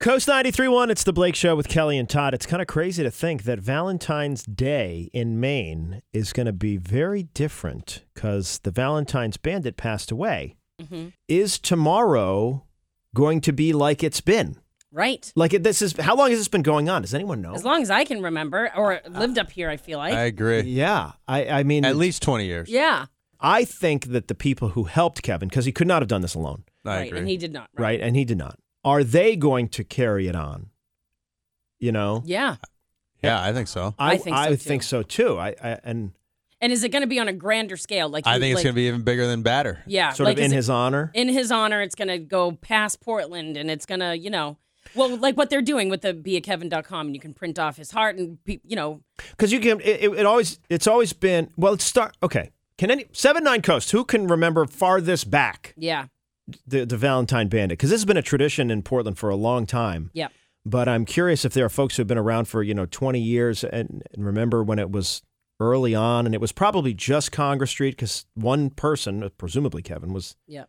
Coast 93.1, it's The Blake Show with Kelly and Todd. It's kind of crazy to think that Valentine's Day in Maine is going to be very different because the Valentine's bandit passed away. Mhm. Is tomorrow going to be like it's been? Right. Like, it- this is how long has this been going on? Does anyone know? As long as I can remember, or lived up here, I feel like. I agree. yeah. I, I mean, Eh. At least 20 years. yeah. I think that the people who helped Kevin, because he could not have done this alone, I right. agree. And he did not. right? And he did not. Are they going to carry it on? You know? Yeah. yeah, I think so. I think so, I too. think so too. I, I and And is it going to be on a grander scale? Like I you- think it's like- going to be even bigger than batter. Yeah. sort like of is in it- his honor. in his honor, it's going to go past Portland, and it's going to you know. Well, like what they're doing with the beakevin.com, and you can print off his heart, and pe- you know, Because you can, it, it always, it's always been. Well, it's start. Okay, can any seven nine coast? Who can remember farthest back yeah, the the Valentine Bandit? Because this has been a tradition in Portland for a long time. yeah, But I'm curious if there are folks who have been around for you know 20 years and, and remember when it was early on, and it was probably just Congress Street because one person, uh, presumably Kevin, was yeah.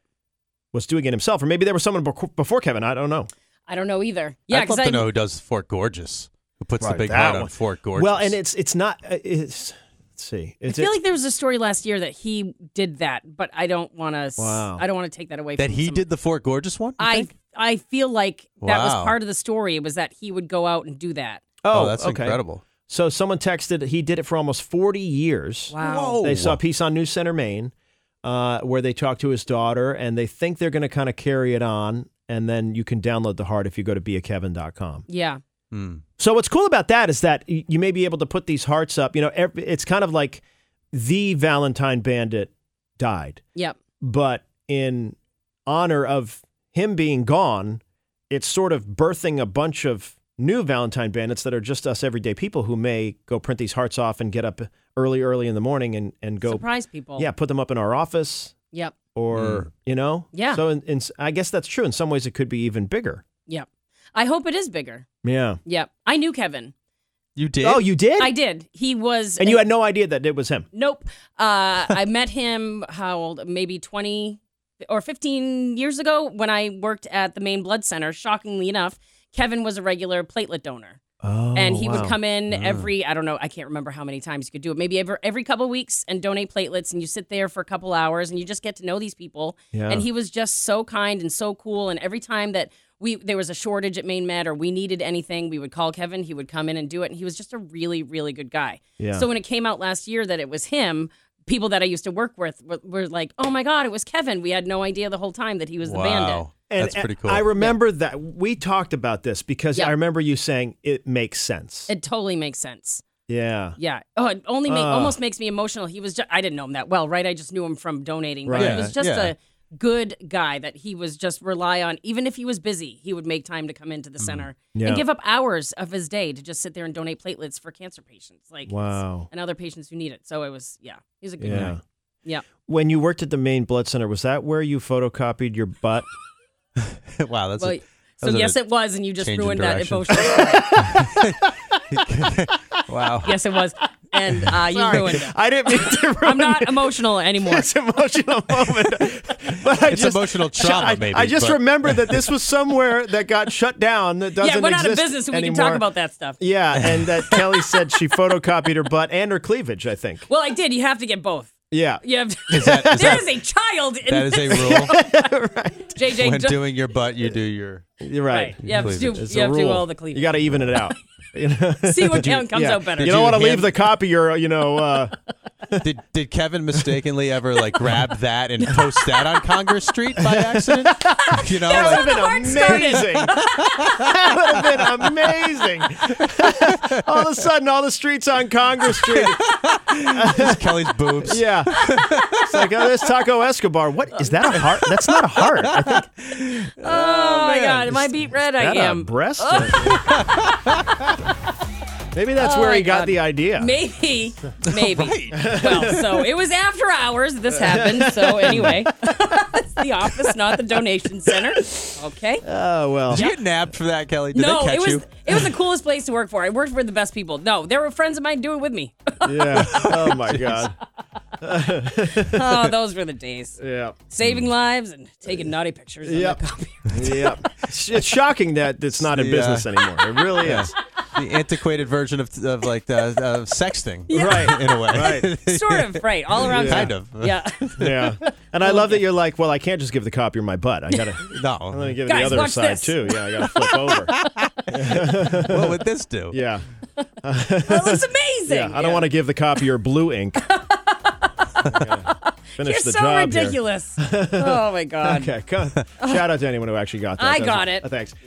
was doing it himself, or maybe there was someone bec- before Kevin. I don't know. I don't know either. Yeah, I'd because love to I know who does Fort Gorgeous. Who puts Right, the big that heart one. on Fort Gorgeous? Well, and it's it's not. uh, It's let's see. I It's, feel it's- like there was a story last year that he did that, but I don't want to. Wow. I don't want to take that away. that from he some- did the Fort Gorgeous one. you I think? I feel like that was Wow. part of the story was that he would go out and do that. oh, Oh, that's okay. incredible. So someone texted he did it for almost 40 years. Wow. They saw a piece on News Center Maine uh, where they talked to his daughter, and they think they're going to kind of carry it on. And then you can download the heart if you go to beakevin.com. Yeah. Hmm. So what's cool about that is that y- you may be able to put these hearts up. You know, ev- it's kind of like the Valentine Bandit died, Yep. but in honor of him being gone, it's sort of birthing a bunch of new Valentine bandits that are just us everyday people who may go print these hearts off and get up early, early in the morning and, and go, Surprise people. yeah, put them up in our office Yep. or, Mm. you know? Yeah. So in, in, s- I guess that's true. In some ways, it could be even bigger. Yep. I hope it is bigger. Yeah. Yep. I knew Kevin. You did? oh, you did? I did. He was. and you had no idea that it was him. Nope. Uh, I met him, how old? Maybe 20 or 15 years ago when I worked at the Maine Blood Center. Shockingly enough, Kevin was a regular platelet donor. Oh, and he would come in Mm. every, I don't know, I can't remember how many times you could do it. Maybe every, every couple weeks and donate platelets. And you sit there for a couple hours and you just get to know these people. Yeah. And he was just so kind and so cool. And every time that we there was a shortage at Maine Med or we needed anything, we would call Kevin. He would come in and do it. And he was just a really, really good guy. Yeah. So when it came out last year that it was him, people that I used to work with were, were like, "Oh my God, it was Kevin." We had no idea the whole time that he was the wow. bandit. And that's pretty cool. I remember that we talked about this because Yeah. I remember you saying it makes sense. It totally makes sense. yeah. Yeah. Oh, it only make, Ah. almost makes me emotional. He was just, I didn't know him that well, right? I just knew him from donating. But Right. he was just Yeah. a good guy that he was just rely on. Even if he was busy, he would make time to come into the center Yeah. and give up hours of his day to just sit there and donate platelets for cancer patients, like Wow. and other patients who need it. So it was, yeah, he's a good Yeah. guy. Yeah. When you worked at the main blood center, was that where you photocopied your butt? wow, that's well, a, so that was yes, a- it was, and you just change in ruined that direction. emotional. story. wow. yes, it was, and uh, you ruined it. I didn't mean to ruin I'm not emotional anymore. this emotional moment. But I It's just, emotional trauma, I, maybe. I just but- remember that this was somewhere that got shut down that doesn't Yeah, we're not exist a business, so we anymore. can talk about that stuff. Yeah, and that Kelly said she photocopied her butt and her cleavage, I think. Well, I did. You have to get both. Yeah. You have. To, that- is there that- is a child in That is a this. rule. JJ. when ju- doing your butt, you do your. You're right. right. You have to do. Cleavage. It's You a have to do rule. all the cleavage. You got to even it out. You know? see what town comes Yeah. out better. You don't you want to leave hand- the copy or, you know, uh, Did did Kevin mistakenly ever like grab that and post that on Congress Street by accident? You know, That's what like, been the heart started. amazing. that would have been amazing. all of a sudden, all the streets on Congress Street. just Kelly's boobs. Yeah. It's like, oh, there's Taco Escobar. What is that a heart? That's not a heart. I think Oh, my God! Am I beat red? I that a am. breast. Maybe that's Oh where he my got God. the idea. Maybe, maybe. Well, so it was after hours this happened. So anyway, it's the office, not the donation center. Okay. Oh well. Did you get nabbed for that, Kelly? Did no, they catch it was you? it was the coolest place to work for. I worked for the best people. No, there were friends of mine doing it with me. Yeah. Oh my God. oh, those were the days. Yeah. Saving lives and taking naughty pictures. on the Yep. copy. Yeah. it's it's shocking that it's not in Yeah. business anymore. It really Yeah. is. the antiquated version of, of like the of sexting, Right. In a way, Right. Sort of, right. All around. Yeah. kind of. Yeah. Yeah. And I love that you're like, well, I can't just give the copier my butt. I gotta I'm gonna No. give it Guys, the other watch side this. too. Yeah, I gotta flip over. what would this do? Yeah. that looks amazing. Yeah. I don't want to give the copier blue ink. Yeah. Finish You're the so job here. ridiculous. oh my god. Okay, come. shout out to anyone who actually got that. I That's- got it. Thanks.